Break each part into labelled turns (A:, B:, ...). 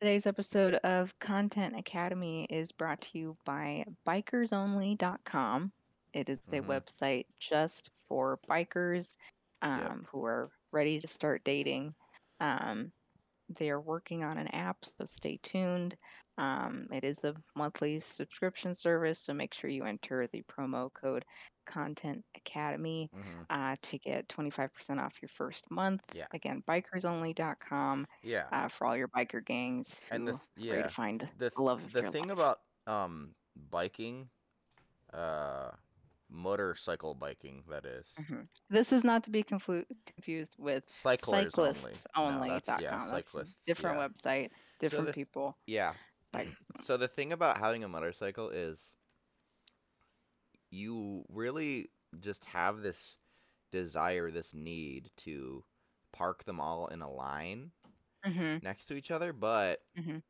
A: Today's episode of Content Academy is brought to you by bikersonly.com. It is a
B: Mhm.
A: website just for bikers
B: Yep.
A: um, who are ready to start dating. Um, they are working on an app, so stay tuned. Um, it is a monthly subscription service, so make sure you enter the promo code Content Academy
B: hmm
A: uh, to get 25% off your first month.
B: Yeah.
A: Again, bikersonly.com
B: Yeah.
A: uh, for all your biker gangs
B: And
A: who
B: the th-
A: are ready
B: yeah,
A: to find
B: the
A: the
B: th-
A: love of
B: the
A: your
B: thing
A: life.
B: about um biking, uh motorcycle biking that is.
A: Mhm. This is not to be conflu- confused with
B: Cyclers only. No,
A: cyclistsonly.com.
B: that's yeah,
A: That's a
B: cyclists.
A: different
B: yeah.
A: website, different
B: the th-
A: people.
B: Yeah.
A: Bikers
B: So the thing about having a motorcycle is you really just have this desire, this need to park them all in a line
A: hmm
B: next to each other, but
A: hmm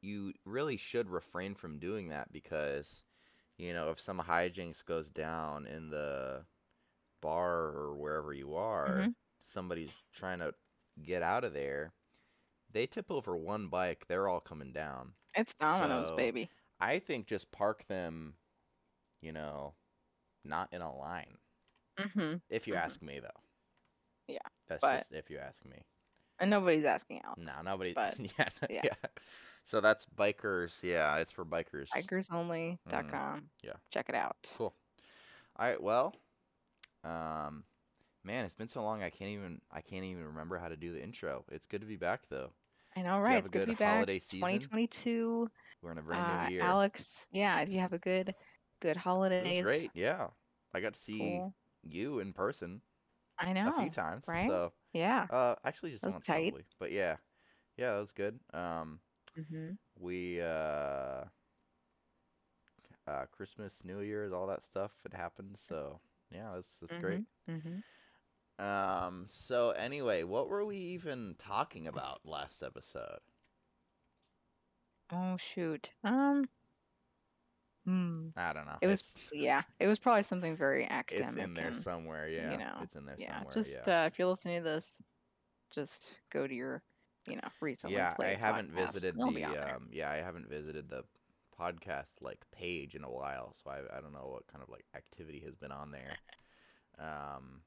B: you really should refrain from doing that because you know if some hijinks goes down in the bar or wherever you
A: hmm
B: are somebody's trying to get out of there they tip over one bike they're all coming down
A: It's dominoes,
B: so
A: baby.
B: i think just park them you know not in a line
A: hmm
B: if you
A: hmm
B: ask me though
A: Yeah,
B: that's
A: but
B: just if you ask me
A: and nobody's asking out.
B: no nobody
A: But
B: yeah
A: yeah,
B: yeah so that's bikers yeah it's for bikers hmm
A: bikersonly.com.
B: yeah
A: Check it out.
B: cool all right well Um, man, it's been so long. I can't even I can't even remember how to do the intro. It's good to be back though.
A: And all
B: Do you
A: right,
B: have a
A: it's good to
B: good
A: be back.
B: holiday season?
A: 2022.
B: We're in a brand new
A: Uh,
B: year.
A: Alex, yeah, do you have a good, good
B: It was
A: holidays?
B: great. Yeah, I got to see
A: Cool.
B: you in person
A: I
B: a few
A: know,
B: times.
A: right?
B: So,
A: Yeah,
B: uh, actually just
A: that was
B: once
A: tight.
B: probably. But yeah, yeah, that was good. Um,
A: hmm
B: we uh, uh, Christmas, New Year's, all that stuff. It happened. So yeah, that's that's great.
A: hmm hmm
B: Um, so anyway, what were we even talking about last episode?
A: Oh shoot. Um. Hmm.
B: I don't know.
A: It was.
B: It's
A: Yeah. It was probably something very
B: it's in
A: academic
B: there
A: and
B: somewhere.
A: you
B: Yeah,
A: know,
B: it's in there
A: yeah.
B: somewhere.
A: Just
B: Yeah.
A: uh, if you're listening to this, just go to your, you know, recently
B: Yeah, I
A: played
B: haven't
A: podcast.
B: visited
A: It'll be
B: the
A: on there.
B: um yeah, I haven't visited the podcast like page in a while, so I I don't know what kind of like activity has been on there. Um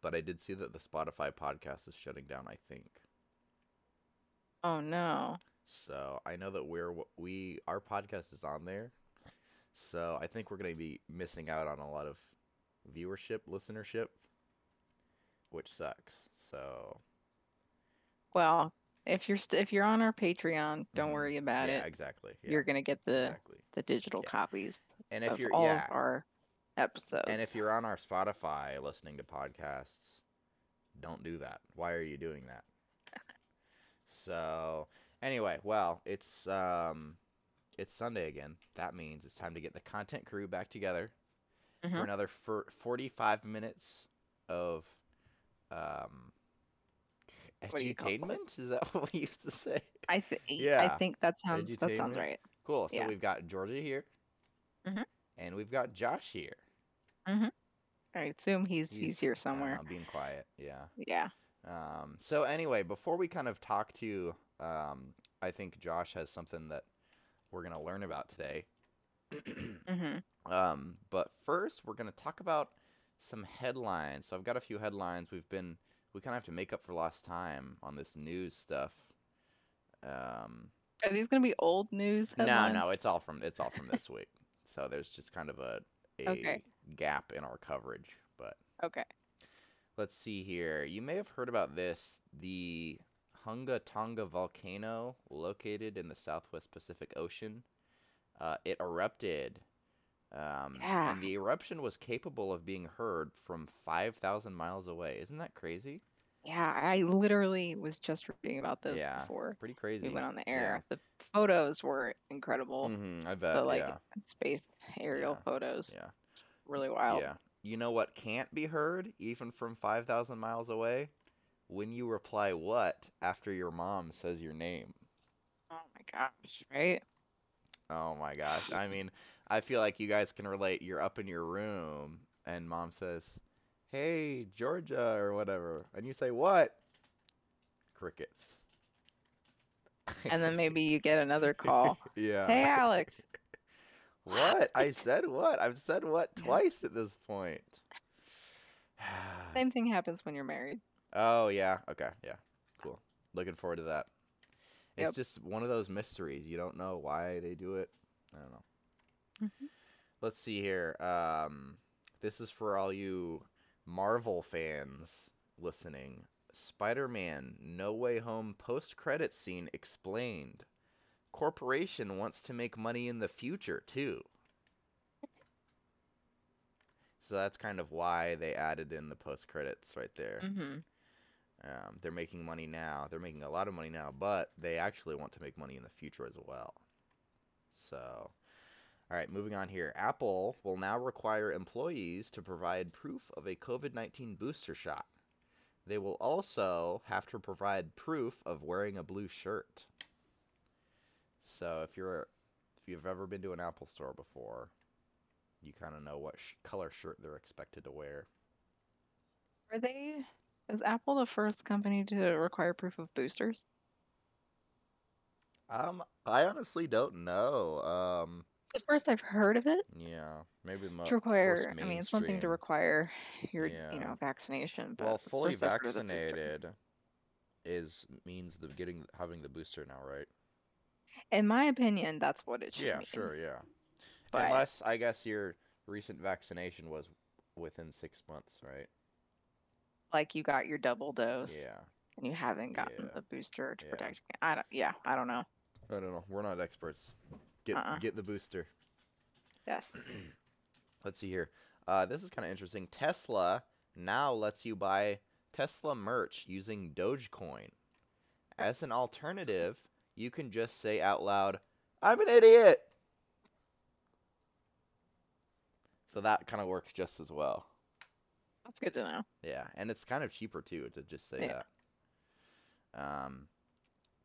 B: but I did see that the Spotify podcast is shutting down, I think.
A: Oh no.
B: So, I know that we're we our podcast is on there. So, I think we're going to be missing out on a lot of viewership, listenership, which sucks. So,
A: Well, if you're st- if you're on our Patreon, don't
B: hmm
A: worry about
B: Yeah,
A: it.
B: exactly. Yeah,
A: You're gonna get the
B: exactly.
A: the digital
B: Yeah.
A: copies
B: And if
A: of
B: you're
A: all of
B: yeah,
A: our
B: and
A: episodes.
B: if you're on our Spotify listening to podcasts, don't do that. Why are you doing that? So, anyway, well, it's um it's Sunday again. That means it's time to get the content crew back together for
A: hmm
B: another for 45 minutes of um
A: What do you call it?
B: edutainment? Is that what we used to say?
A: I think I
B: Yeah,
A: think that sounds that sounds
B: edutainment.
A: right.
B: Cool. So
A: Yeah.
B: we've got Georgia here
A: hmm
B: and we've got Josh here.
A: hmm I assume he's he's
B: He's
A: here
B: I don't
A: somewhere.
B: know, being quiet. Yeah.
A: Yeah.
B: Um, so anyway, before we kind of talk to, um, I think Josh has something that we're gonna learn about today.
A: hmm
B: um, but first, we're gonna talk about some headlines. So I've got a few headlines. We've been we kind of have to make up for lost time on this news stuff. Um,
A: Are these gonna be old news
B: no,
A: headlines?
B: no, it's all from it's all from this week. So there's just kind of a
A: Okay.
B: a gap in our coverage, but.
A: Okay.
B: Let's see here. You may have heard about this. The Hunga Tonga volcano, located in the southwest Pacific Ocean, uh, it erupted. Um,
A: Yeah.
B: and the eruption was capable of being heard from 5,000 miles away. Isn't that crazy?
A: Yeah. I literally was just reading about this
B: Yeah,
A: before
B: pretty
A: we
B: crazy.
A: went on the
B: Yeah.
A: air. The photos were incredible.
B: Mm-hmm, I
A: The
B: bet.
A: like
B: Yeah.
A: space aerial
B: Yeah.
A: photos,
B: Yeah. Y-
A: really wild.
B: Yeah. You know what can't be heard, even from 5,000 miles away? When you reply what after your mom says your name.
A: Oh my gosh. Right.
B: Oh my gosh. I mean, I feel like you guys can relate. You're up in your room and mom says, "Hey, Georgia" or whatever. And you say, "What?" Crickets.
A: and then maybe you get another call.
B: yeah.
A: Hey, Alex.
B: What? I said what? I've said what
A: Yeah.
B: twice at this point.
A: Same thing happens when you're married.
B: oh, yeah. Okay. Yeah. Cool. Looking forward to that. It's
A: Yep.
B: just one of those mysteries. You don't know why they do it. I don't know.
A: Mhm.
B: Let's see here. Um, this is for all you Marvel fans listening. Spider Man No Way Home post credit scene explained. Corporation wants to make money in the future, too. So that's kind of why they added in the post credits right there.
A: hmm
B: Um, they're making money now. They're making a lot of money now, but they actually want to make money in the future as well. So, all right, moving on here. Apple will now require employees to provide proof of a COVID 19 booster shot. They will also have to provide proof of wearing a blue shirt. So, if you're if you've ever been to an Apple store before, you kind of know what sh- color shirt they're expected to wear.
A: Are they? Is Apple the first company to require proof of boosters?
B: Um, I honestly don't know. Um,
A: The first I've heard of it.
B: Yeah, maybe the mo-
A: To
B: first
A: require, I mean, it's one thing to
B: uh, mainstream.
A: require your,
B: Yeah.
A: you know, vaccination, but
B: Well,
A: the
B: fully
A: first I've heard of the booster.
B: vaccinated is means the getting having the booster now, right?
A: In my opinion, that's what it should
B: Yeah,
A: mean.
B: sure, yeah.
A: But
B: Unless I guess your recent vaccination was within six months, right?
A: like you got your double dose
B: Yeah,
A: and you haven't gotten
B: Yeah.
A: the booster to
B: Yeah.
A: protect. against- I don't. Yeah, I don't know.
B: I don't know. We're not experts. Get
A: Uh-uh.
B: get the booster.
A: Yes.
B: Let's see here. Uh, this is kind of interesting. Tesla now lets you buy Tesla merch using Dogecoin. As an alternative, you can just say out loud, I'm an idiot. So that kind of works just as well.
A: That's good to know.
B: Yeah, and it's kind of cheaper too to just say
A: Yeah.
B: that. Um,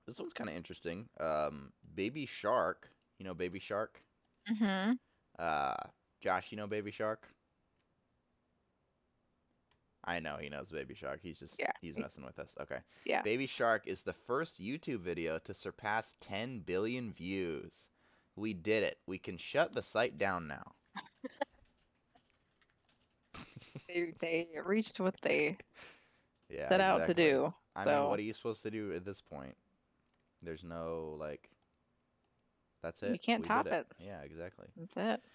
B: this one's kind of interesting. Um, Baby Shark, you know Baby Shark.
A: hmm
B: Uh, Josh, you know Baby Shark? I know he knows Baby Shark. He's just
A: Yeah,
B: he's
A: he-
B: messing with us. Okay.
A: Yeah.
B: Baby Shark is the first YouTube video to surpass 10 billion views. We did it. We can shut the site down now.
A: They they reached what they
B: Yeah.
A: set out to
B: exactly.
A: do.
B: I mean,
A: so-
B: what are you supposed to do at this point? There's no like That's it.
A: You can't
B: we did
A: top it.
B: Yeah, exactly.
A: That's it.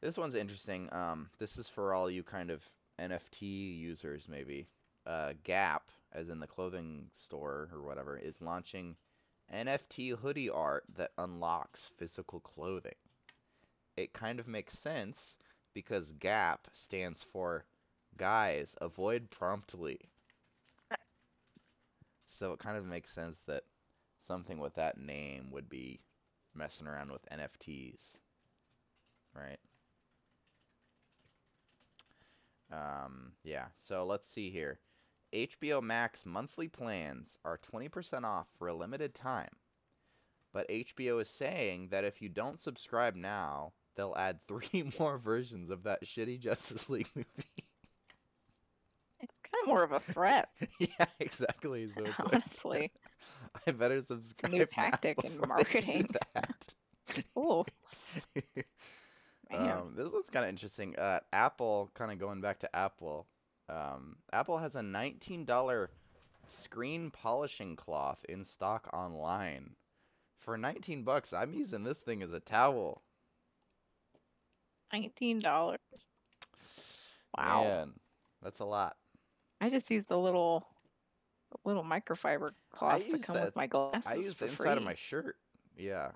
B: This one's interesting. Um, this is for all you kind of NFT users, maybe. Uh, Gap, as in the clothing store or whatever, is launching NFT hoodie art that unlocks physical clothing. It kind of makes sense because Gap stands for guys avoid promptly. So it kind of makes sense that something with that name would be messing around with NFTs, right? Um, yeah. So let's see here. HBO Max monthly plans are 20% off for a limited time. But HBO is saying that if you don't subscribe now, they'll add three more versions of that shitty Justice League movie.
A: It's kind of more of a threat,
B: yeah, exactly. So it's like,
A: honestly.
B: I better subscribe. now
A: tactic in
B: before they do
A: marketing.
B: that.
A: Oh man.
B: Um, this one's kind of interesting. Uh, Apple, kind of going back to Apple. Um, Apple has a $19 screen polishing cloth in stock online. For 19 bucks, I'm using this thing as a towel.
A: Nineteen dollars. Wow.
B: Man, that's a lot.
A: I just use the little the little microfiber cloths that
B: use
A: come
B: that-
A: with my glasses.
B: I use
A: for
B: the inside of
A: free.
B: my shirt. Yeah.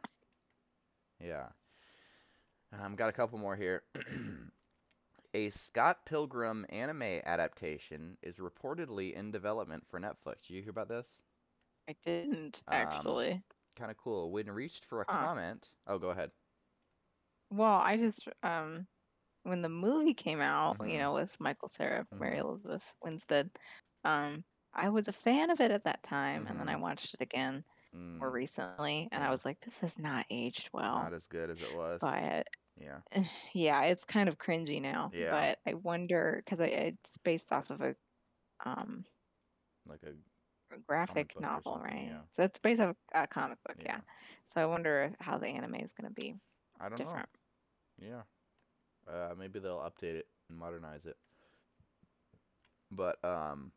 B: Yeah. Um, got a couple more here. a Scott Pilgrim anime adaptation is reportedly in development for Netflix. Did you hear about this?
A: I didn't
B: Um,
A: actually.
B: Kind of cool. When reached for a
A: Huh.
B: comment. Oh, go ahead.
A: Well, I just um when the movie came out,
B: Mhm.
A: you know, with Michael Sarah, Mary
B: Mhm.
A: Elizabeth Winstead, um, I was a fan of it at that time, and then I
B: Mhm.
A: watched it again
B: Mm,
A: more recently, and
B: yeah.
A: I was like, this has not aged well.
B: Not as good as it was.
A: But eh,
B: Yeah.
A: yeah, it's kind of cringy now.
B: Yeah.
A: But I wonder because it's based off of a um
B: Like a
A: graphic
B: book or
A: novel,
B: something,
A: right?
B: yeah.
A: So it's based off a comic book, yeah.
B: Yeah.
A: So I wonder how the anime is going to be
B: I don't
A: different.
B: know. Yeah. Uh, maybe they'll update it and modernize it. But um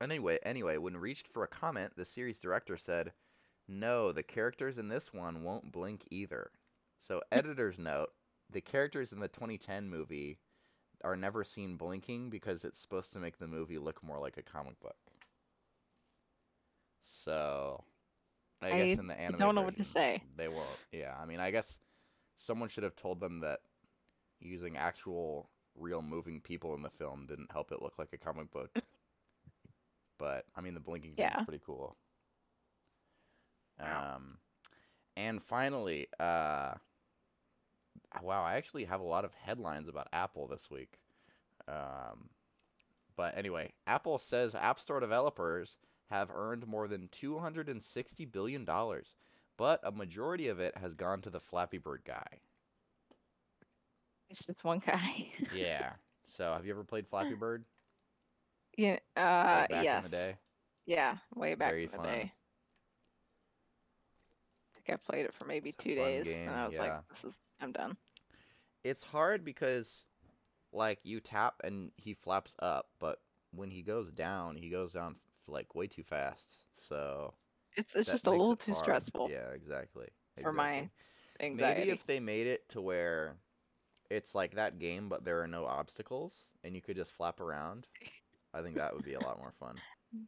B: anyway, anyway, when reached for a comment, the series director said, "No, the characters in this one won't blink either." So, editor's note, the characters in the 2010 movie are never seen blinking because it's supposed to make the movie look more like a comic book. So, I,
A: I
B: guess in the anime
A: don't know what to
B: version-
A: say.
B: they won't. Yeah, I mean, I guess someone should have told them that using actual, real moving people in the film didn't help it look like a comic book. but I mean, the blinking thing
A: Yeah.
B: is pretty cool.
A: Wow.
B: Um, and finally, uh, wow, I actually have a lot of headlines about Apple this week. Um, but anyway, Apple says App Store developers have earned more than $260 billion, but a majority of it has gone to the Flappy Bird guy.
A: It's just one guy.
B: Yeah. so have you ever played Flappy Bird?
A: yeah.
B: Like
A: Hmm. Uh,
B: back
A: yes.
B: in the day?
A: Yeah, way back
B: Very
A: in the
B: fun.
A: day. I think I played it for maybe
B: It's a
A: two
B: fun
A: days,
B: game,
A: and I was
B: yeah.
A: like, "This is, I'm done."
B: It's hard because, like, you tap and he flaps up, but when he goes down, he goes down, f- like, way too fast. So.
A: It's it's
B: that
A: just a
B: makes
A: little
B: it
A: too
B: hard.
A: stressful.
B: Yeah, exactly.
A: for my
B: exactly.
A: Anxiety.
B: Maybe if they made it to where it's like that game, but there are no obstacles and you could just flap around, I think that would be a lot more fun.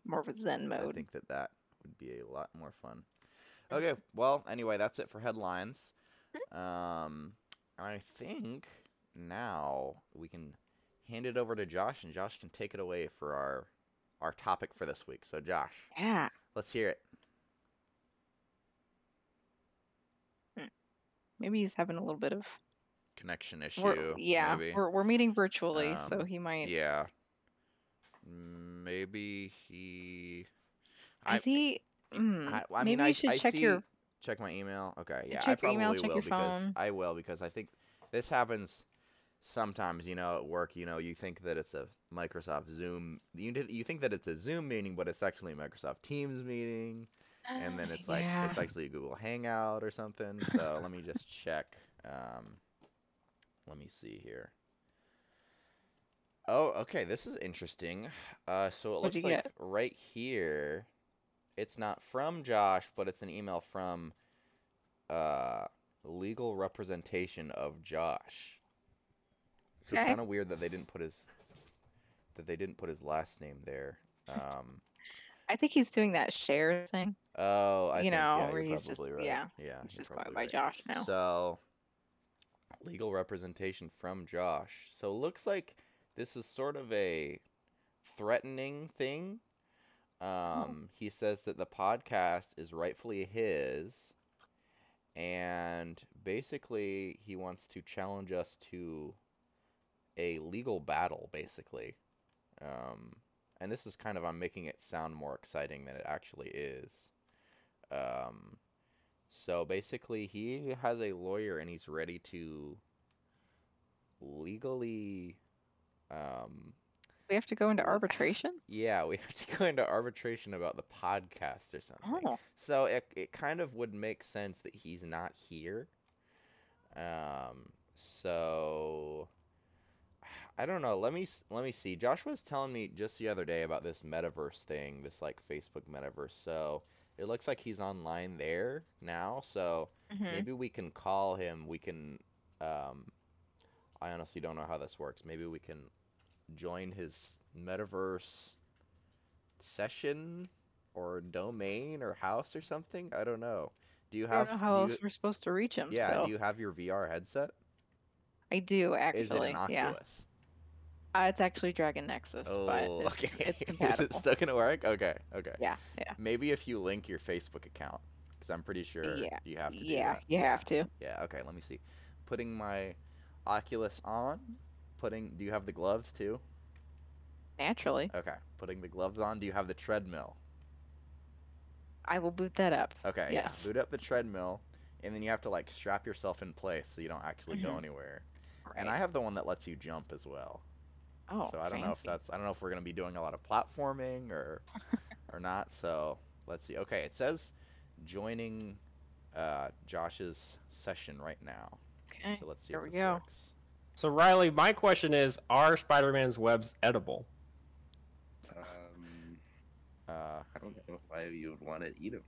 A: More of a Zen
B: I
A: mode.
B: think that that would be a lot more fun. Okay, well, anyway, that's it for headlines. Um, I think now we can hand it over to Josh, and Josh can take it away for our our topic for this week. So, Josh,
A: Yeah.
B: let's hear it.
A: Maybe he's having a little bit of.
B: Connection issue.
A: We're, yeah,
B: maybe.
A: we're we're meeting virtually, so
B: Um,
A: he might.
B: Yeah. Maybe he. I-
A: Is he? Mm,
B: I, I
A: maybe
B: mean, I,
A: you should
B: I
A: check
B: see,
A: your.
B: Check my email. Okay, yeah, I
A: check your
B: probably
A: email, check
B: will
A: your
B: because
A: phone.
B: I will because I think this happens sometimes. You know, at work, you know, you think that it's a Microsoft Zoom. You did- you think that it's a Zoom meeting, but it's actually a Microsoft Teams meeting, and then it's like
A: Yeah.
B: it's actually a Google Hangout or something. So let me just check. Um, let me see here. Oh, okay. This is interesting. Uh, so it
A: What'd
B: looks
A: you
B: like right here, it's not from Josh, but it's an email from uh, legal representation of Josh. So
A: Okay.
B: it's kind of weird that they didn't put his that they didn't put his last name there. Um,
A: I think he's doing that share thing.
B: oh, I
A: You
B: think
A: know,
B: yeah,
A: where
B: you're
A: he's
B: probably
A: just-
B: right.
A: yeah,
B: yeah,
A: He's
B: you're
A: just
B: probably
A: going by
B: right.
A: Josh now.
B: So, legal representation from Josh. So, it looks like this is sort of a threatening thing.
A: Hmm.
B: Um, He says that the podcast is rightfully his, and basically, he wants to challenge us to a legal battle, basically. Um, and this is kind of, I'm making it sound more exciting than it actually is. Um, so basically, he has a lawyer and he's ready to legally. Um,
A: we have to go into
B: Well,
A: arbitration.
B: yeah, we have to go into arbitration about the podcast or something.
A: Oh,
B: So it, it kind of would make sense that he's not here. Um, so I don't know. Let me s- let me see. Josh was telling me just the other day about this metaverse thing, this like Facebook metaverse. So it looks like he's online there now. So
A: mhm.
B: Maybe we can call him. We can. Um, I honestly don't know how this works. Maybe we can join his metaverse session or domain or house or something. I don't know. Do you
A: I don't
B: have?
A: know how
B: do
A: else
B: you-
A: we're supposed to reach him.
B: yeah.
A: so.
B: Do you have your VR headset?
A: I do actually.
B: Is it an
A: yeah,
B: Oculus?
A: uh, it's actually Dragon Nexus, but
B: oh,
A: it's,
B: okay.
A: it's
B: Is
A: compatible.
B: it still gonna work? Okay. Okay.
A: Yeah, yeah,
B: Maybe if you link your Facebook account, because I'm pretty sure
A: Yeah,
B: you have to. Do
A: yeah.
B: that.
A: You have to.
B: Yeah, okay, let me see. Putting my Oculus on. Putting do you have the gloves too?
A: Naturally,
B: Okay. Putting the gloves on. Do you have the treadmill?
A: I will boot that up.
B: Okay,
A: Yes.
B: yeah. Boot up the treadmill and then you have to like strap yourself in place so you don't actually go
A: Mhm.
B: anywhere. And I have the one that lets you jump as well.
A: oh,
B: so I don't know if
A: fancy.
B: that's I don't know if we're gonna be doing a lot of platforming or or not. So let's see. Okay, it says joining uh, Josh's session right now.
A: Okay.
B: So let's see
A: There
B: if
A: we
B: this
A: go.
B: works.
C: So Riley, my question is: Are Spider-Man's webs edible?
D: Um,
B: Uh,
D: I don't know why you would want to eat them.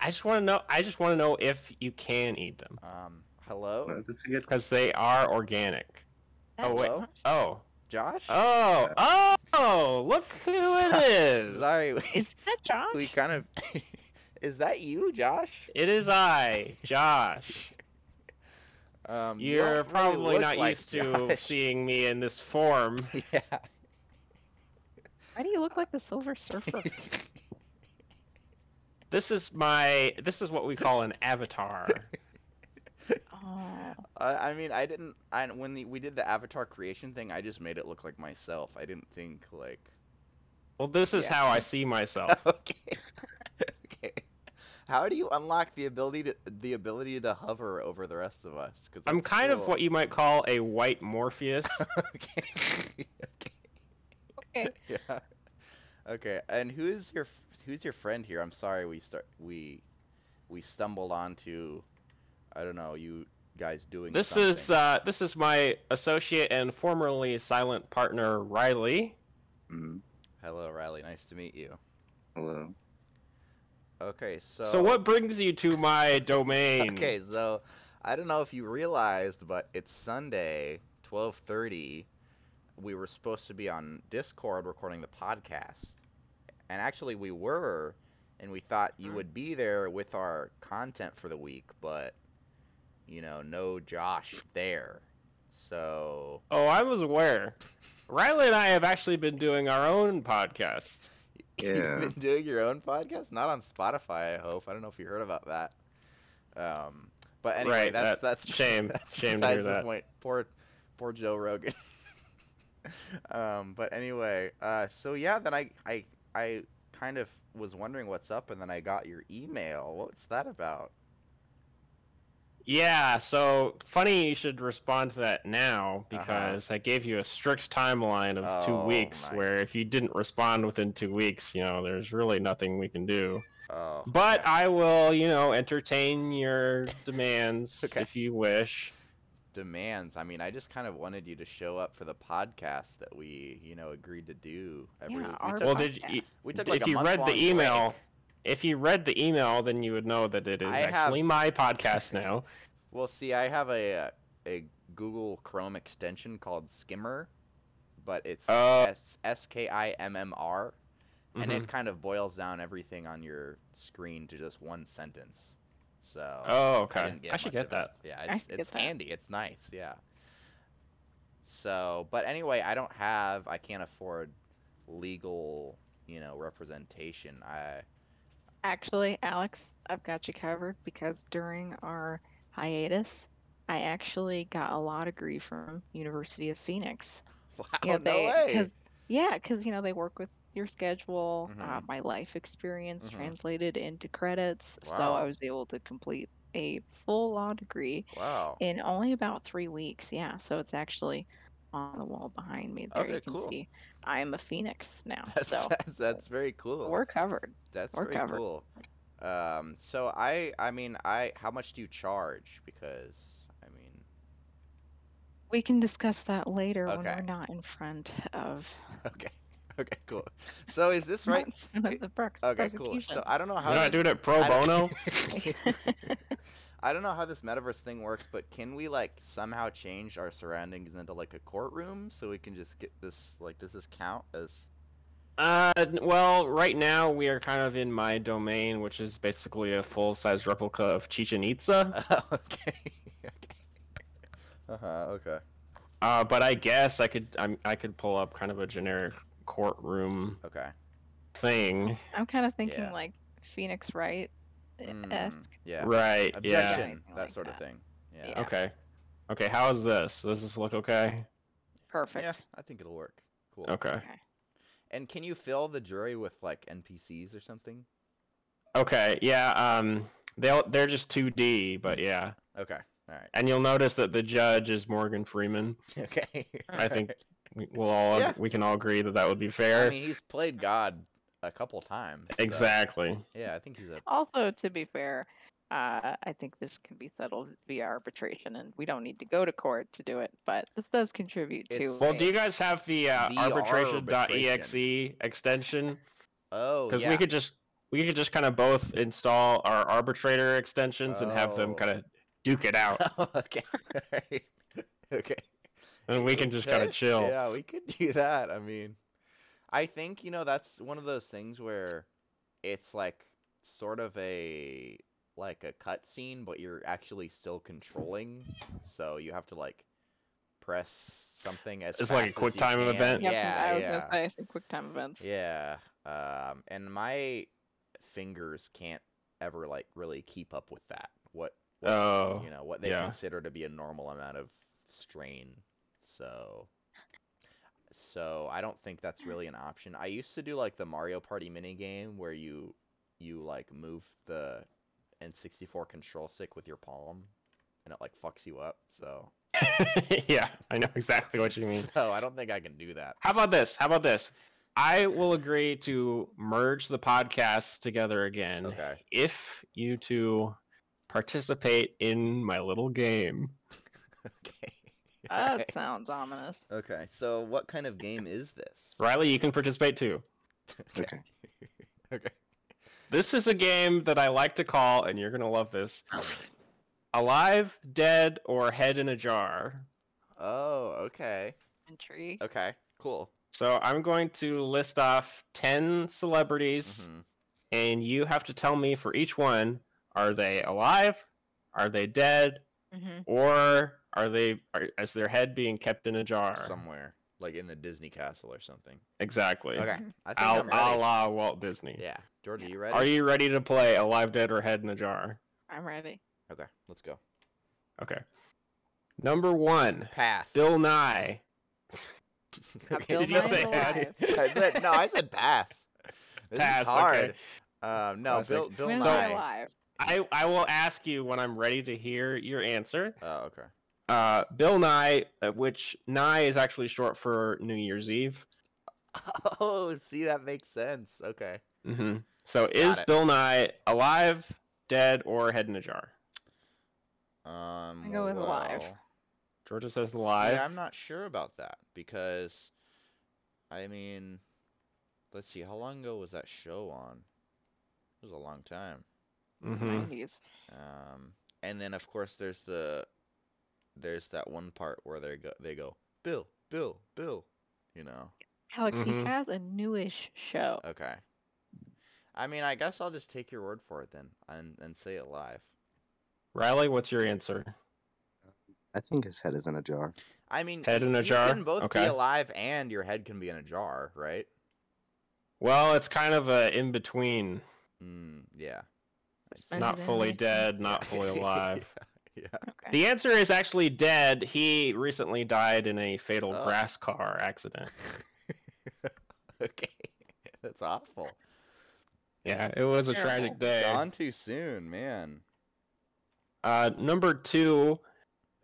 C: I just want to know. I just want to know if you can eat them
B: um, hello,
D: That's a good
C: because they are organic. Oh wait.
B: Hello?
C: Oh.
B: Josh.
C: Oh. Oh. Oh. Look who it
B: Sorry-
C: is.
B: Sorry, we,
A: Is that Josh?
B: we kind of. is that you, Josh?
C: It is I, Josh.
B: Um, you
C: You're
B: don't really
C: probably
B: look
C: not
B: like
C: used to
B: Josh.
C: seeing me in this form.
B: yeah.
A: Why do you look like the Silver Surfer?
C: This is my. This is what we call an avatar.
A: oh,
B: I, I mean, I didn't. I when the, we did the avatar creation thing, I just made it look like myself. I didn't think like.
C: Well, this is
B: Yeah.
C: how I see myself.
B: okay. okay. How do you unlock the ability to the ability to hover over the rest of us? Because
C: I'm kind of what you might call a white Morpheus.
B: okay.
A: okay.
B: yeah. Okay. And who is your f- who's your friend here? I'm sorry we start we we stumbled onto I don't know you guys doing
C: This
B: something.
C: is uh, this is my associate and formerly silent partner Riley.
D: Mm,
C: uh,
B: hello Riley. Nice to meet you.
D: hello.
B: Okay. So
C: So, what brings you to my domain?
B: Okay, so I don't know if you realized, but it's Sunday, twelve thirty. We were supposed to be on Discord recording the podcast, and actually we were, and we thought you would be there with our content for the week, but you know, no Josh there. So
C: Oh, I was aware. Riley and I have actually been doing our own podcast.
D: Yeah.
B: you've been doing your own podcast, not on Spotify. I hope. I don't know if you heard about that. Um, but anyway,
C: Right,
B: that's
C: that-
B: that's
C: shame,
B: That's
C: shame to hear
B: besides the
C: that.
B: point. Poor, poor Joe Rogan. um, but anyway, uh, so yeah, then I I I kind of was wondering what's up, and then I got your email. What's that about?
C: Yeah, so funny you should respond to that now because I gave you a strict timeline of two
B: Uh-huh. Oh,
C: weeks
B: my.
C: where if you didn't respond within two weeks, you know, there's really nothing we can do.
B: Oh,
C: But
B: yeah,
C: I will, you know, entertain your demands
B: Okay.
C: if you wish.
B: demands. I mean, I just kind of wanted you to show up for the podcast that we you know agreed to do every
A: Yeah,
B: week. We
A: our
B: took,
C: Well, did you-
A: podcast.
B: we took like
C: if
B: a
C: you read the
B: month-long
C: email,
B: break.
C: If you read the email, then you would know that it is
B: I have-
C: actually my podcast now.
B: Well, see, I have a uh, a Google Chrome extension called Skimmer, but it's
C: Oh.
B: S S K I M M R, and
C: Mhm.
B: it kind of boils down everything on your screen to just one sentence. So
C: oh,
B: I
C: okay.
B: didn't
C: I, should
B: much
C: get
B: of
C: that.
B: it. Yeah, it's
A: should get
B: it's
A: that.
B: handy. It's nice. Yeah. So, but anyway, I don't have. I can't afford legal, you know, representation. I
A: Actually, Alex, I've got you covered because during our hiatus, I actually got a law degree from University of Phoenix.
B: wow,
A: You know,
B: no
A: they-
B: way.
A: 'cause- yeah, because you know they work with your schedule. Uh,
B: Mhm.
A: my life experience
B: Mhm.
A: translated into credits, so
B: Wow.
A: I was able to complete a full law degree
B: wow.
A: in only about three weeks. Yeah, so it's actually on the wall behind me. There
B: Okay,
A: you can
B: cool.
A: see I'm a phoenix now,
B: That's,
A: so
B: that's that's very cool.
A: we're covered.
B: That's
A: We're
B: very
A: covered.
B: cool. Um, so I, I mean, I, how much do you charge? Because I mean,
A: We can discuss that later when
B: Okay.
A: we're not in front of
B: okay, okay, cool. So is this right?
A: not in front
B: it-
A: of the Brooks
B: Okay, cool. So I don't know how.
C: You're not
B: this-
C: doing it pro
B: I don't-
C: bono.
B: I don't know how this metaverse thing works, but can we like somehow change our surroundings into like a courtroom so we can just get this? Like, does this count as?
C: Uh, n- well, right now we are kind of in my domain, which is basically a full-size replica of Chichen Itza.
B: okay. okay. Uh huh. Okay.
C: Uh, but I guess I could I'm, I could pull up kind of a generic courtroom
B: Okay.
C: thing,
A: I'm kind of thinking
B: Yeah.
A: like Phoenix Wright esque.
B: Mm, yeah.
C: right? Yeah.
B: Objection.
A: Something
B: That
A: like
B: sort of
A: that.
B: thing.
A: Yeah.
C: Okay. Okay. How is this? Does this look okay?
A: Perfect.
B: Yeah, I think it'll work. Cool.
C: Okay.
B: And can you fill the jury with like NPCs or something?
C: Okay. Yeah. Um. They they're just 2D, but yeah.
B: Okay. All right.
C: And you'll notice that the judge is Morgan Freeman.
B: Okay.
C: I think we- we'll all
B: Yeah.
C: we can all agree that that would be fair.
B: I mean, he's played God a couple times. so-
C: Exactly.
B: yeah, I think he's a.
A: Also, to be fair, uh, I think this can be settled via arbitration, and we don't need to go to court to do it. But this does contribute to.
B: It's-
C: Well, do you guys have the uh,
B: VR
C: arbitration.exe E extension?
B: Oh,
C: Because
B: yeah.
C: we could just we could just kind of both install our arbitrator extensions and have them
B: Oh.
C: kind of duke it out,
B: okay. Alright. okay.
C: and we can just kind
B: Okay,
C: of chill.
B: Yeah, we could do that. I mean, I think, you know, that's one of those things where it's like sort of a like a cutscene, but you're actually still controlling. So you have to like press something as
C: It's like a
B: fast as
C: quick
B: you
C: time
B: can.
C: event?
A: Yep,
B: Yeah,
A: some- I was
B: yeah.
A: gonna say some quick time events.
B: Yeah. Um, and my fingers can't ever like really keep up with that. What, what
C: Oh,
B: you know, what they
C: yeah.
B: consider to be a normal amount of strain. So so I don't think that's really an option. I used to do like the Mario Party mini game where you you like move the N64 control stick with your palm and it like fucks you up. So
C: yeah, I know exactly what you mean.
B: So I don't think I can do that.
C: How about this? How about this? I will agree to merge the podcasts together again
B: Okay.
C: if you two participate in my little game.
B: Okay.
A: That sounds ominous.
B: Okay, so what kind of game is this?
C: Riley, you can participate too.
B: okay. okay.
C: This is a game that I like to call, and you're gonna love this. Alive, dead, or head in a jar.
B: Oh, okay.
A: Intrigue.
B: Okay. Cool.
C: So I'm going to list off ten celebrities,
B: Mhm.
C: and you have to tell me for each one: are they alive? Are they dead?
A: hmm
C: or are they are, is their head being kept in a jar?
B: Somewhere, like in the Disney castle or something.
C: Exactly.
B: Okay. I think i
C: Al,
B: am
C: a
B: ready.
C: la Walt Disney.
B: Yeah. Georgia, you ready?
C: Are you ready to play Alive, Dead, or Head in a Jar?
A: I'm ready.
B: Okay. Let's go.
C: Okay. Number one,
B: Pass.
C: Bill Nye.
A: Bill
C: Did you Nye say
A: alive.
B: head? I said no. I said pass. This
C: Pass,
B: is
C: okay.
B: hard. Um, no,
C: I was
B: Bill.
C: like-
B: Bill
A: When am I
B: Nye.
A: alive?
C: I, I will ask you when I'm ready to hear your answer.
B: Oh, okay.
C: Uh, Bill Nye, uh, which Nye is actually short for New Year's Eve.
B: Oh, see, that makes sense. Okay.
C: hmm So is
B: it.
C: Bill Nye alive, dead, or head in a jar?
B: Um.
A: go with alive.
B: well,
C: Georgia says
B: See,
C: alive.
B: I'm not sure about that because, I mean, let's see, how long ago was that show on? It was a long time.
C: Mhm.
A: 90s.
B: Um, and then of course there's the, there's that one part where they go, they go, Bill, Bill, Bill, you know.
A: Alex, he
C: Mhm.
A: has a newish show.
B: Okay. I mean, I guess I'll just take your word for it then, and and say it live.
C: Riley, what's your answer?
D: I think his head is in a jar.
B: I mean,
C: Head in a
B: you
C: jar?
B: can both
C: Okay.
B: be alive and your head can be in a jar, right?
C: Well, it's kind of a in between.
B: Mm, yeah. I see.
A: Suspended
C: Not
A: in
C: fully
A: motion.
C: dead, not fully alive.
B: yeah.
A: Okay.
C: The answer is actually dead. He recently died in a fatal
B: Oh.
C: grass car accident.
B: okay. That's awful.
C: Yeah, it was a
A: Terrible.
C: tragic day.
B: Gone too soon, man.
C: Uh, number two,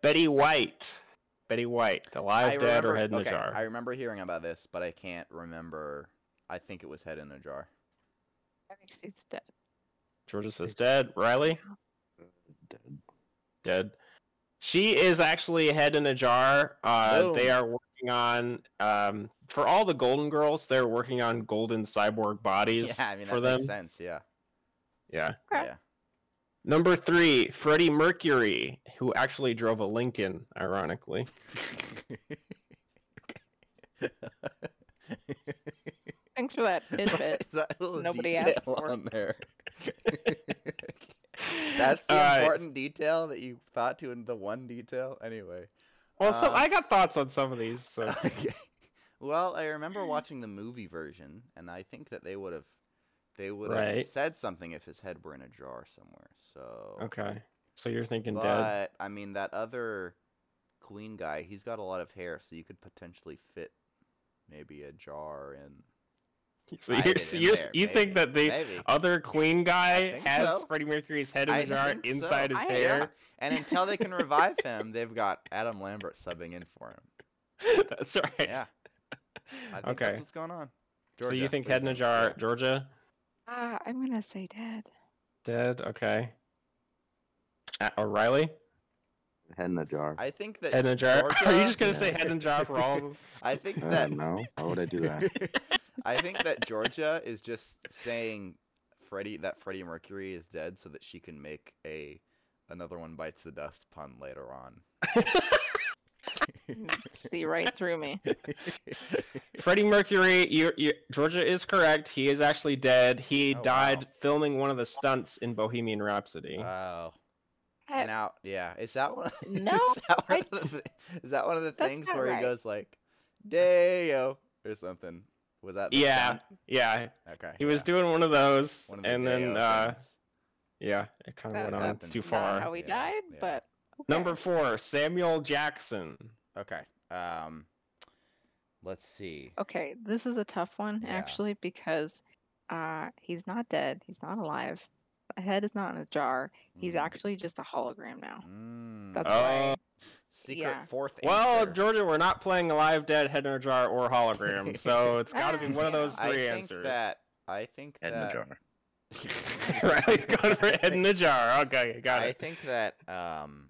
C: Betty White. Betty White, alive,
B: I
C: dead,
B: remember-
C: or head in
B: okay,
C: a jar.
B: I remember hearing about this, but I can't remember. I think it was head in a jar.
A: I think she's dead.
C: Georgia says dead. Riley,
D: Dead.
C: dead. She is actually head in a jar. Uh, they
B: Boom.
C: are working on um, for all the Golden Girls. They're working on golden cyborg bodies
B: Yeah, I mean that
C: for
B: makes
C: them.
B: sense. Yeah,
C: Yeah.
A: Okay.
B: yeah.
C: Number three, Freddie Mercury, who actually drove a Lincoln, ironically.
A: Thanks for that tidbit.
B: Is that a little
A: Nobody
B: detail
A: asked for.
B: on there? That's the
C: Uh,
B: important detail that you thought to in the one detail. Anyway.
C: Well, so
B: um,
C: I got thoughts on some of these. So
B: Okay. Well, I remember
C: Hmm.
B: watching the movie version, and I think that they would have, they would have
C: Right.
B: said something if his head were in a jar somewhere. So
C: okay, so you're thinking
B: but
C: dead.
B: I mean that other queen guy, he's got a lot of hair, so you could potentially fit maybe a jar in.
C: So
B: hide
C: you're,
B: it
C: so
B: in
C: you're,
B: there,
C: you
B: maybe,
C: think that the
B: maybe.
C: other Queen
B: I
C: guy
B: think
C: has
B: so.
C: Freddie Mercury's head in
B: I
C: a jar
B: think so.
C: inside his
A: I-
B: Yeah.
C: hair?
B: And until they can revive him, they've got Adam Lambert subbing in for him.
C: That's right.
B: Yeah, I think
C: okay.
B: that's what's going on. Georgia,
C: so you think
B: what
C: head
B: do
C: in a jar,
B: Yeah.
C: Georgia?
A: Ah, I'm gonna say dead.
C: Dead. Okay. Uh, O'Reilly.
D: Head in a jar.
B: I think that
C: Head in a jar. Are you just gonna say
B: No.
C: head in a jar for all of them?
B: I think
D: I
B: that
D: don't know. Why would I do that?
B: I think that Georgia is just saying Freddie that Freddie Mercury is dead so that she can make a another one bites the dust pun later on.
A: See right through me.
C: Freddie Mercury. You, you, Georgia is correct. He is actually dead. He
B: Oh, wow.
C: died filming one of the stunts in Bohemian Rhapsody.
B: wow.
A: I-
B: now, yeah, is that one?
A: No,
B: is, that one
A: I-
B: of the, thi- is that one of the
A: That's
B: things
A: not
B: where
A: right.
B: he goes like "Dayo" or something? Was that? The
C: Yeah.
B: stunt?
C: yeah,
B: Okay.
C: he was
B: yeah.
C: doing one of those,
B: One of the
C: and then
B: Deo
C: uh,
B: things.
C: yeah, it kind of
A: That-
C: went on
B: happens.
C: too
A: Not
C: far.
A: how we
B: Yeah,
A: died,
B: yeah.
A: but
C: Number
A: okay.
C: four, Samuel Jackson.
B: Okay. Um, let's see.
A: Okay, this is a tough one
B: Yeah.
A: actually because uh he's not dead, he's not alive. The head is not in a jar. He's
B: Mm,
A: actually just a hologram now.
B: mm,
A: That's
C: Oh.
A: why.
B: secret
A: yeah.
B: fourth.
C: Well,
B: answer.
C: Georgia, we're not playing alive, dead, head in a jar, or hologram, so it's got to be one of those
B: I
C: three
B: think
C: answers.
B: that I think
D: Head in a
B: that
D: jar.
C: right, going for head in a jar. Okay, got
B: I
C: it.
B: think that um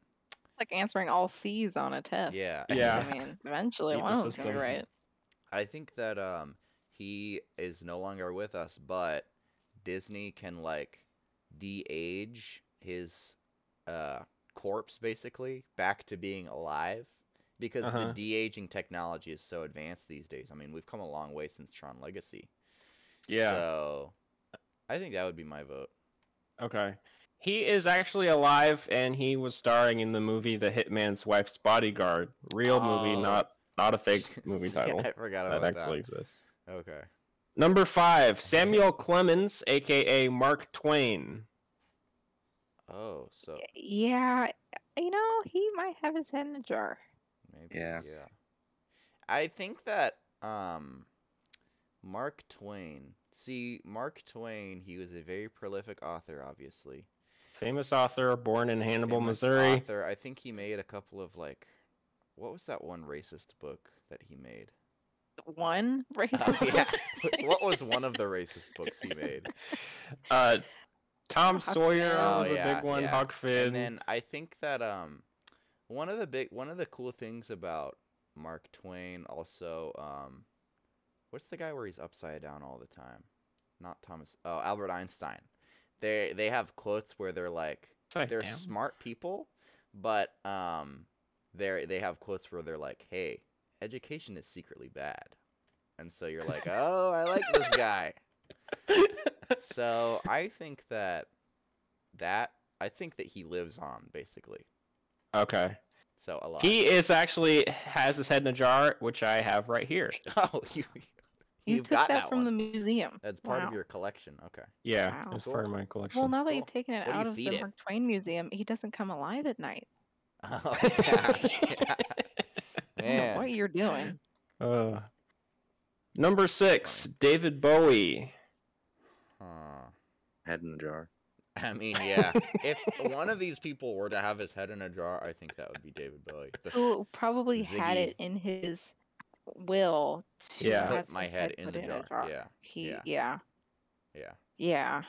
A: Like answering all C's on a test.
B: yeah
C: Yeah.
A: I mean, eventually
C: Beat the
A: one of them's gonna be
C: system.
A: right.
B: I think that um he is no longer with us, but Disney can like de-age his uh corpse basically back to being alive because
C: Uh-huh.
B: the de-aging technology is so advanced these days. I mean, we've come a long way since Tron Legacy.
C: Yeah.
B: So I think that would be my vote.
C: Okay. He is actually alive, and he was starring in the movie The Hitman's Wife's Bodyguard. Real movie,
B: Oh.
C: not not a fake movie
B: Yeah,
C: title
B: I forgot
C: that
B: about
C: actually exists.
B: that. Okay.
C: Number five, Samuel Clemens, aka Mark Twain.
B: Oh, so
A: Yeah, you know, he might have his head in a jar.
B: Maybe,
D: Yeah.
B: Yeah. I think that um Mark Twain. See, Mark Twain, he was a very prolific author, obviously.
C: Famous author, born in Hannibal,
B: Famous
C: Missouri.
B: Author. I think he made a couple of like what was that one racist book that he made?
A: One right?
B: Oh, yeah. what was one of the racist books he made?
C: Uh, Tom
A: Huck
C: Sawyer
A: Finn.
B: Oh,
C: was a
B: yeah,
C: big one.
B: yeah.
C: Huck Finn.
B: And then I think that um one of the big one of the cool things about Mark Twain also um what's the guy where he's upside down all the time? Not Thomas. Oh, Albert Einstein. They they have quotes where they're like
C: Upside
B: they're
C: down.
B: smart people, but um they they have quotes where they're like, "Hey, education is secretly bad." And so you're like, "Oh, I like this guy." so I think that that I think that he lives on basically.
C: okay.
B: So a lot.
C: He is actually has his head in a jar, which I have right here.
B: oh, you
A: You
B: you've
A: took
B: got
A: that,
B: that,
A: from
B: one.
A: the museum.
B: That's part
A: Wow.
B: of your collection. Okay.
C: Yeah,
A: Wow.
C: it's part of my collection.
A: Well, now that
B: Cool.
A: you've taken it
B: What do you
A: out of the
B: feed it?
A: Mark Twain Museum, he doesn't come alive at night.
B: Oh, yeah, yeah.
A: I don't know what
B: Man.
A: you're doing.
C: Uh, number six, David Bowie.
B: Huh.
D: Head in a jar.
B: I mean, yeah. If one of these people were to have his head in a jar, I think that would be David Bowie. The-
A: who probably had
B: Ziggy.
A: it in his will to
C: Yeah.
A: have
B: put my
A: his
B: head in
A: put
B: the jar.
A: a jar.
B: Yeah.
A: He,
B: yeah.
A: yeah. yeah,
B: Yeah.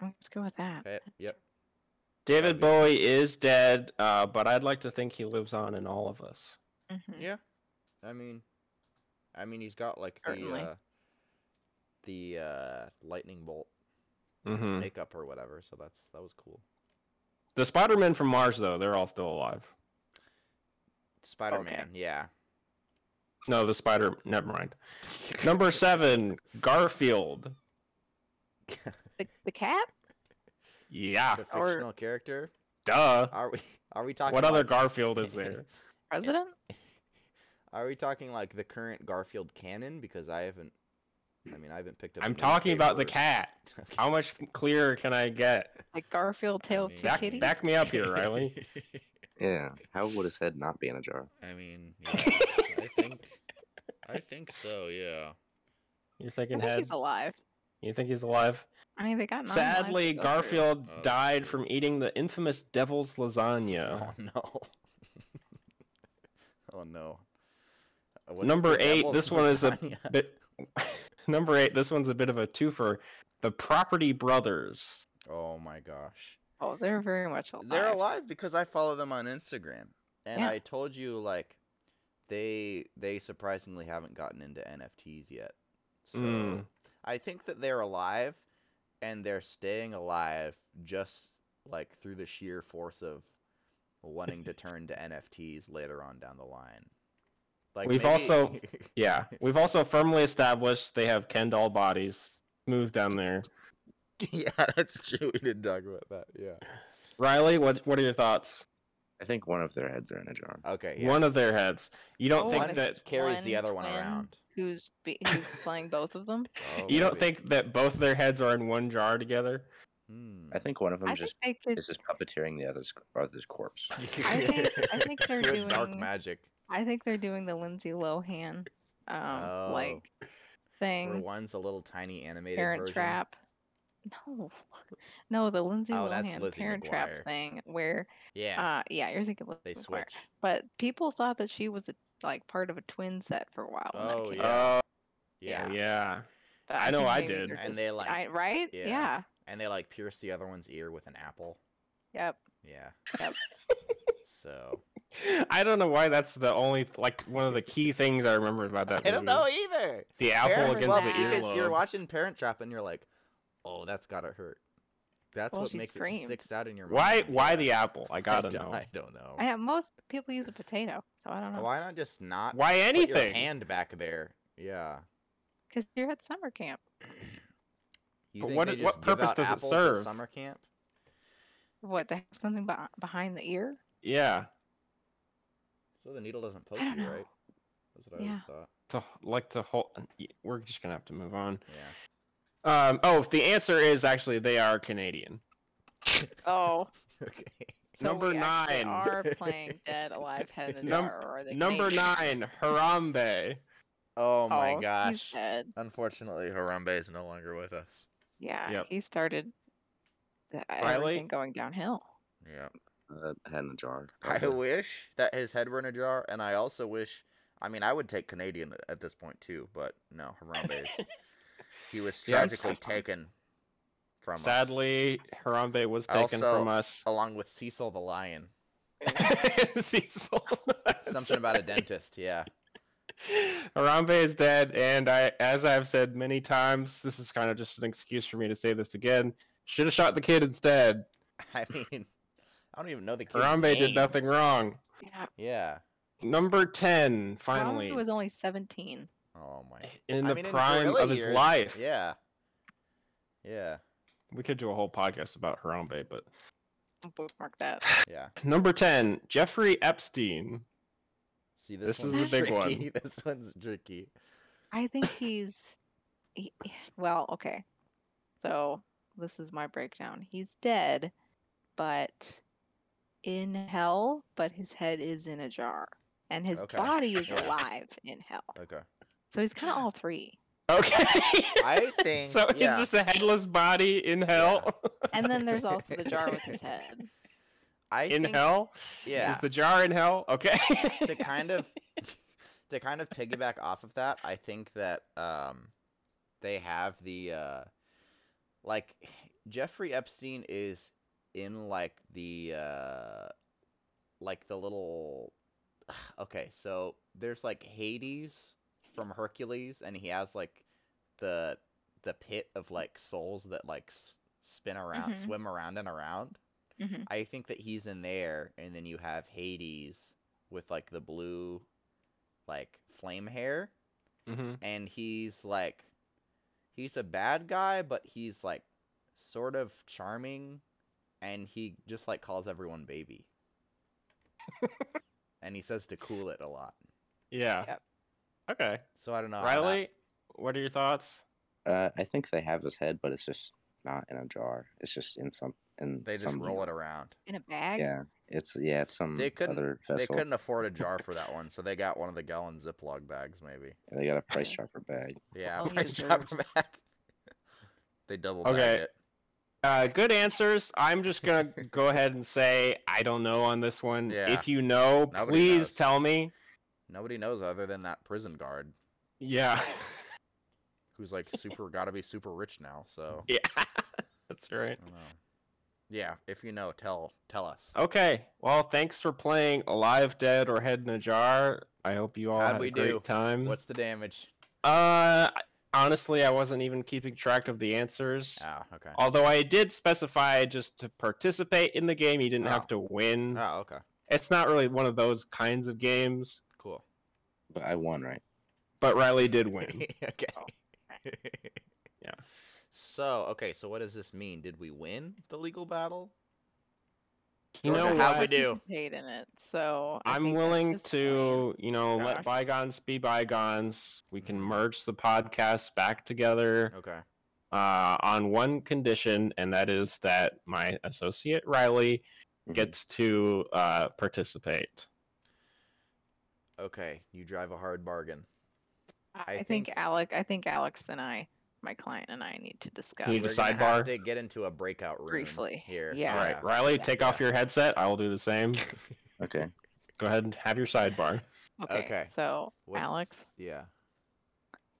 A: I'm just go with that.
B: Okay. Yep.
C: David
B: be-
C: Bowie is dead, uh, but I'd like to think he lives on in all of us.
A: Mhm.
B: Yeah. I mean, I mean, he's got like the
A: Certainly.
B: uh, the uh, lightning bolt
C: hmm
B: makeup or whatever. So that's that was cool.
C: The Spider-Man from Mars, though, they're all still alive.
B: Spider Man. Yeah.
C: No, the Spider. Never mind. Number seven, Garfield.
A: The, the cat?
C: Yeah,
B: the
A: or-
B: fictional character.
C: duh.
B: Are we are we talking?
C: What other
B: like-
C: Garfield is there?
A: President?
B: Are we talking like the current Garfield canon? Because I haven't. I mean, I haven't picked up.
C: I'm
B: a
C: talking
B: newspaper
C: about the
B: or-
C: cat.
B: Okay.
C: How much clearer can I get?
A: Like Garfield, Tale
B: mean-
A: of Two
B: Back-
A: Kitties?
C: Back me up here, Riley.
D: Yeah. How would his head not be in a jar?
B: I mean, yeah, I think I think so. Yeah.
C: You're
A: I
C: thinking
A: think
C: head.
A: he's alive.
C: You think he's alive?
A: I mean, they got nine lives
C: Sadly,
A: to go through.
C: Garfield
B: Oh,
C: died
B: shoot.
C: from eating the infamous devil's lasagna.
B: Oh no. oh no. Uh, what's
C: Number
B: the
C: eight.
B: devil's
C: This one is a
B: lasagna?
C: bit, Number eight. This one's a bit of a twofer. The Property Brothers.
B: Oh my gosh.
A: Oh, they're very much alive.
B: They're alive because I follow them on Instagram. And
A: Yeah.
B: I told you like they they surprisingly haven't gotten into NFTs yet. So
C: Mm.
B: I think that they're alive and they're staying alive just like through the sheer force of wanting to turn to NFTs later on down the line. Like
C: We've
B: maybe-
C: also- Yeah, we've also firmly established they have Ken doll bodies. Smooth down there.
B: Yeah, that's true. We didn't talk about that. Yeah.
C: Riley, what what are your thoughts?
D: I think one of their heads are in a jar.
B: Okay, yeah.
C: One of their heads. You don't
A: Oh,
C: think
A: one-
C: that
B: carries the
A: one
B: other one
A: twin.
B: around.
A: Who's be- who's playing both of them?
B: Oh,
C: you don't
B: maybe.
C: think that both their heads are in one jar together?
B: Hmm.
D: I think one of them
A: I think
D: just
A: they could.
D: is just puppeteering the other's other's corpse.
A: think- I think they're
B: Good dark
A: doing-
B: magic.
A: I think they're doing the Lindsay Lohan, um,
B: Oh.
A: like
B: Where
A: thing.
B: one's a little tiny animated
A: Parent
B: version.
A: Trap. No, no, the Lindsay
B: Oh, that's
A: Lohan
B: Lizzie
A: Parent
B: McGuire.
A: Trap thing where,
B: Yeah,
A: uh, yeah, you're thinking Lizzie
B: they
A: McGuire.
B: switch.
A: But people thought that she was a, like part of a twin set for a while. when that
B: Oh,
A: came
B: Yeah.
A: out,
C: Oh,
B: Yeah.
C: yeah.
A: but
C: I know
A: think
C: I
A: maybe
C: did.
A: they're
B: And they, like-
A: I- right?
B: yeah.
A: yeah.
B: and they like pierce the other one's ear with an apple.
A: Yep.
B: Yeah.
A: Yep.
B: so
C: I don't know why that's the only like one of the key things I remember about that.
B: I don't
C: movie.
B: know either.
C: The apple
B: Parent-
C: against
B: well,
C: the
B: because you're
C: earlobe.
B: watching Parent Trap and you're like, oh, that's gotta hurt. That's
A: Well,
B: what
A: she
B: makes it
A: screamed.
B: sticks out in your
C: why?
B: mind.
C: Why
B: Yeah.
C: the apple? I gotta
B: don't-
C: know.
B: I don't know.
A: Yeah, most people use a potato, so I don't know.
B: Oh. Why not just not
C: Why
B: put your
C: anything?
B: hand back there? Yeah.
A: Because you're at summer camp.
B: You
C: But
B: think
C: what
B: they
C: it- what
B: just give
C: purpose
B: out
C: does it
B: apples at
C: serve?
B: Summer camp.
A: What, they have something beh- behind the ear?
C: Yeah.
B: So the needle doesn't poke
A: don't
B: you,
A: know.
B: right? That's what I
A: Yeah.
B: always thought.
C: To like to hold. We're just gonna have to move on.
B: Yeah.
C: Um. Oh, the answer is actually they are Canadian.
A: Oh.
B: okay.
A: So
C: Number
A: we actually
C: nine.
A: are playing Dead Alive Head in a
C: Num-
A: Jar, or the
C: Number
A: Canadians.
C: nine, Harambe.
B: Oh my
A: he's
B: gosh.
A: dead.
B: Unfortunately, Harambe is no longer with us.
A: Yeah,
C: Yep.
A: he started the,
C: Riley?
A: everything going downhill.
B: Yeah.
D: Uh, head in a jar.
B: I
D: Okay.
B: wish that his head were in a jar, and I also wish. I mean, I would take Canadian at- at this point too, but no, Harambe's. he was
C: Yeah, I'm
B: tragically taken from us,
C: Sadly, Harambe was taken
B: Also-
C: from us.
B: along with Cecil the lion.
C: Cecil. That's
B: Something about a
C: right.
B: dentist. Yeah.
C: Harambe is dead, and I, as I've said many times, this is kind of just an excuse for me to say this again. Should have shot the kid instead.
B: I mean, I don't even know the kid's
C: Harambe did
B: name.
C: nothing wrong.
A: Yeah,
B: Yeah.
C: Number ten,
A: Finally.
C: finally,
A: He was only 17.
B: Oh my.
C: in
B: I
C: the
B: mean,
C: prime
B: gorilla
C: of his
B: years,
C: life.
B: Yeah. Yeah.
C: We could do a whole podcast about Harambe, but
A: I'll Bookmark that.
B: Yeah.
C: number ten, Jeffrey Epstein.
B: See, this,
C: This is
B: one's
A: the
C: big one.
B: tricky. This one's tricky.
A: I think he's. He, well, okay. So this is my breakdown. He's dead, but in hell, but his head is in a jar. And his
B: Okay.
A: body is
B: Yeah.
A: alive in hell.
C: Uh,
B: Okay.
A: So he's kind of all three.
C: Okay.
B: I think.
C: so he's
B: yeah.
C: just a headless body in hell.
A: And then there's also the jar with his head.
B: I
C: in
B: think,
C: hell.
B: Yeah.
C: Is the jar in hell? Okay.
B: to kind of to kind of piggyback off of that, I think that um they have the uh like Jeffrey Epstein is in like the uh like the little okay, so there's like Hades from Hercules and he has like the the pit of like souls that like s- spin around
A: Mhm.
B: swim around and around.
A: Mhm.
B: I think that he's in there, and then you have Hades with like the blue, like flame hair,
C: hmm
B: and he's like, he's a bad guy, but he's like, sort of charming, and he just like calls everyone baby, and he says to cool it a lot.
C: Yeah.
A: Yep.
C: Okay.
B: So Oh, I don't know. how that-
C: Riley, what are your thoughts?
D: Uh, I think they have his head, but it's just not in a jar. It's just in some in
B: they just
D: some,
B: roll it around.
A: In a bag?
D: Yeah, it's yeah, it's some
B: They couldn't-
D: other
B: They
D: vessel. They,
B: couldn't afford a jar for that one, so they got one of the gallon Ziploc bags, maybe.
D: got a price chopper bag.
B: Yeah,
A: All he
B: my
A: deserves.
B: dropper bag. they double
C: Okay.
B: bagged it.
C: Uh, good answers. I'm just gonna go ahead and say I don't know on this one.
B: Yeah.
C: If you know,
B: Nobody
C: please
B: knows.
C: tell me.
B: Nobody knows other than that prison guard.
C: Yeah.
B: who's like super gotta be super rich now. So
C: Yeah. That's right.
B: I don't know. Yeah, if you know, tell tell us.
C: Okay. Well, thanks for playing Alive, Dead, or Head in a Jar. I hope you all
B: How'd
C: had
B: we
C: a great
B: do?
C: time.
B: What's the damage?
C: Uh, honestly, I wasn't even keeping track of the answers.
B: Oh, okay.
C: Although I did specify just to participate in the game, you didn't
B: Oh.
C: have to win.
B: Oh, okay.
C: It's not really one of those kinds of games,
B: Cool.
D: But I won, right?
C: but Riley did win.
B: okay.
C: Oh. Yeah.
B: So okay, so what does this mean? Did we win the legal battle?
C: you know
B: Georgia, how we
C: what?
B: do?
A: Participate in it. So I
C: I'm
A: think at
C: willing
A: this
C: to, you know,
A: Josh.
C: let bygones be bygones. We can merge the podcasts back together
B: Okay.
C: uh, on one condition, and that is that my associate Riley
D: Mhm.
C: gets to uh, participate.
B: Okay. You drive a hard bargain.
A: point,
B: I
A: I, think,
B: think-
A: Alec. I think Alex and I, my client and I, need to discuss
C: Need
B: We're
C: to
B: gonna have
C: sidebar?
B: to get into a breakout room
A: briefly.
B: here.
A: Yeah.
C: All right, Riley,
A: Yeah.
C: take off your headset. I will do the same.
D: Okay.
C: Go ahead and have your sidebar.
A: Okay.
B: Okay.
A: So
B: What's-
A: Alex,
B: Yeah.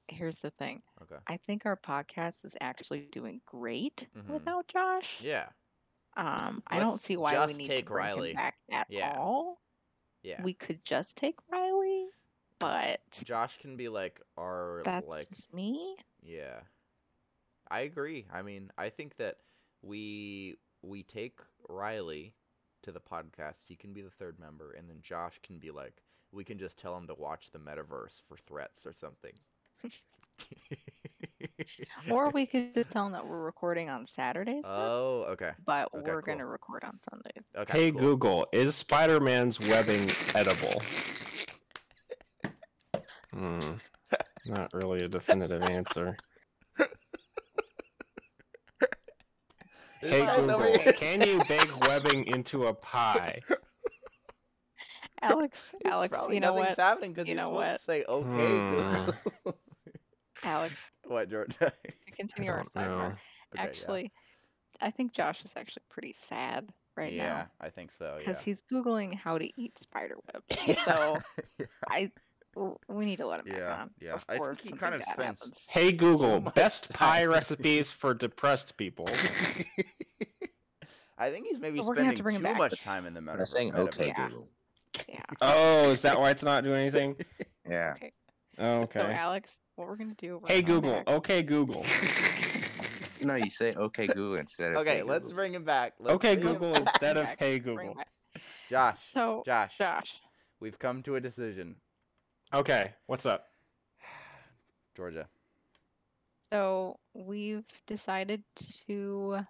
A: here's the thing.
B: Okay.
A: I think our podcast is actually doing great
B: Mhm.
A: without Josh.
B: Yeah.
A: Um, I don't
B: Let's
A: see why we
B: just
A: need
B: take
A: to bring
B: Riley.
A: him back at
B: Yeah.
A: all.
B: Yeah.
A: We could just take Riley, but
B: Josh can be like our
A: that's
B: like
A: just me.
B: Yeah. I agree. I mean, I think that we we take Riley to the podcast. He can be the third member and then Josh can be like we can just tell him to watch the metaverse for threats or something.
A: Or we could just tell him that we're recording on Saturdays, now,
B: Oh, okay.
A: but
B: okay,
A: we're
B: cool.
A: gonna record on Sundays.
B: Okay.
C: Hey
B: cool.
C: Google, is Spider-Man's webbing edible? Hmm. Not really a definitive answer.
B: This
C: Hey
B: guy's over
C: Google,
B: here-
C: can you bake webbing into a pie?
A: Alex,
B: It's
A: Alex,
B: probably
A: you know
B: nothing's
A: what?
B: happening because
A: You
B: you're
A: know
B: supposed to
A: what?
B: say okay.
C: Hmm.
B: Google."
A: Alex,
B: what, George? okay,
A: to
C: I
A: continue our
C: don't
A: sidebar.
C: know.
B: yeah.
A: actually, I think Josh is actually pretty sad right
B: yeah,
A: now
B: I think so.
A: because
B: Yeah.
A: he's googling how to eat spider
B: Yeah.
A: webs. so I, w- we need to let him back
B: yeah,
A: on.
B: yeah. I
A: before
B: think he
A: something
B: kind of
A: bad
B: spends
A: happens.
C: Hey Google,
B: much
C: best pie
B: time.
C: recipes for depressed people.
B: I think he's maybe
A: But we're gonna have
B: spending
A: to bring
B: too
A: him back.
B: much time in the metaverse.
D: I'm saying okay,
A: Yeah.
D: Google.
A: Yeah.
C: Oh, is that why it's not doing anything?
D: Yeah.
C: Oh,
A: So
C: okay.
A: Alex, what we're gonna do? we're
C: Hey
A: gonna
C: Google, Oh,
A: back-
C: okay Google.
D: No, you say okay, Google instead of
B: okay,
D: hey,
B: let's
D: Google.
B: bring him back. Let's
C: Okay
B: bring him
C: Google
B: back.
C: instead of
A: back,
C: hey
A: bring
C: Google.
A: back-
B: Josh.
A: So
B: Josh.
A: Josh,
B: We've come to a decision.
C: Okay, what's up?
B: Georgia.
A: so we've decided to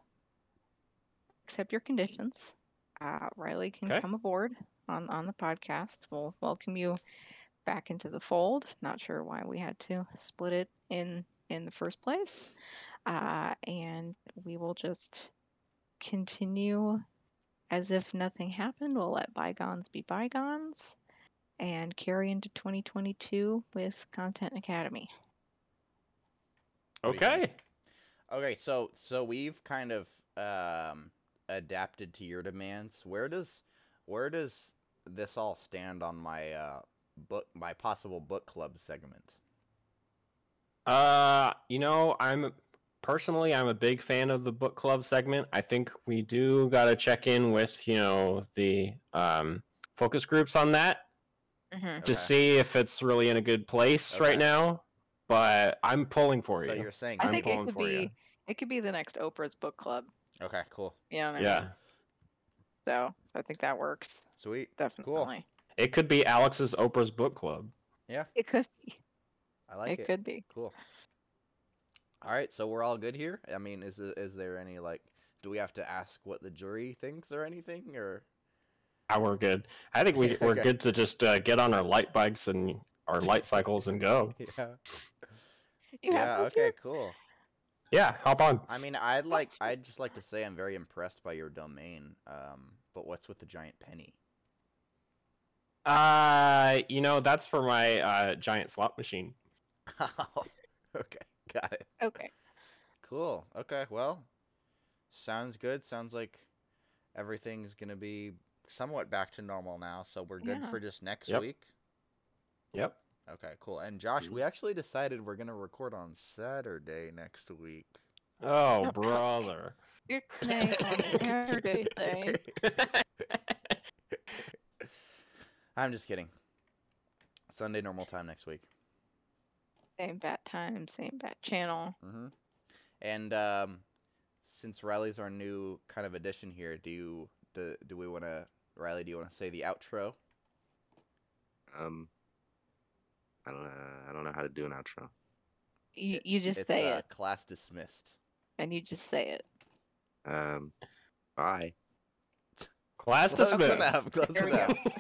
A: accept your conditions. Uh, Riley can
C: Okay.
A: come aboard on on the podcast. We'll welcome you back into the fold. Not sure why we had to split it in in the first place, uh, and we will just continue as if nothing happened. We'll let bygones be bygones, and carry into 2022 with Content Academy.
B: What do you think?
C: Okay.
B: Okay, so so we've kind of um adapted to your demands. Where does where does this all stand on my uh book my possible book club segment?
C: Uh, you know, I'm personally I'm a big fan of the book club segment. I think we do got to check in with, you know, the um focus groups on that to
B: Okay.
C: see if it's really in a good place
B: Okay.
C: right now, but I'm pulling for
B: so
C: you.
B: are saying
A: I
C: I'm
A: think
B: okay.
A: it
C: pulling
A: could
C: for
A: be
C: you.
A: it could be the next Oprah's book club.
B: Okay, cool.
A: You know what I mean?
C: yeah.
A: So I think that works
B: Sweet.
A: definitely.
C: It could be Alex's Oprah's book club.
A: It could be.
B: I like
A: it, could be.
B: Cool. All right, so we're all good here. I mean, is th- is there any like, do we have to ask what the jury thinks or anything, or
C: Ah, we're good. I think we, we're
B: Okay.
C: good to just uh, get on our light bikes and our light cycles and go.
B: yeah,
A: You
B: yeah,
A: have this
B: okay,
A: here?
B: cool.
C: Yeah, hop on.
B: I mean, I'd like, I'd just like to say I'm very impressed by your domain. Um, but what's with the giant penny?
C: Uh, you know, that's for my uh, giant slot machine.
B: Oh, okay, got it.
A: Okay.
B: Cool. Okay, well, sounds good. Sounds like everything's gonna be somewhat back to normal now. So we're good
A: Yeah.
B: for just next
C: Yep.
B: week.
C: Yep.
B: Okay, cool. And Josh, we actually decided we're gonna record on Saturday next week.
C: Oh, brother.
A: Your name on everything.
B: I'm just kidding. Sunday normal time next week.
A: Same bat time, same bat channel.
B: hmm And um, since Riley's our new kind of addition here, do you, do, do we want to Riley? Do you want to say the outro?
D: Um, I don't know. I don't know how to do an outro.
A: You, you
B: It's-
A: just
B: it's,
A: say
B: uh,
A: it,
B: Class dismissed.
A: and you just say it.
D: Um, bye.
C: Class
B: Close
C: dismissed.
B: enough. Close
A: There we go.
B: enough.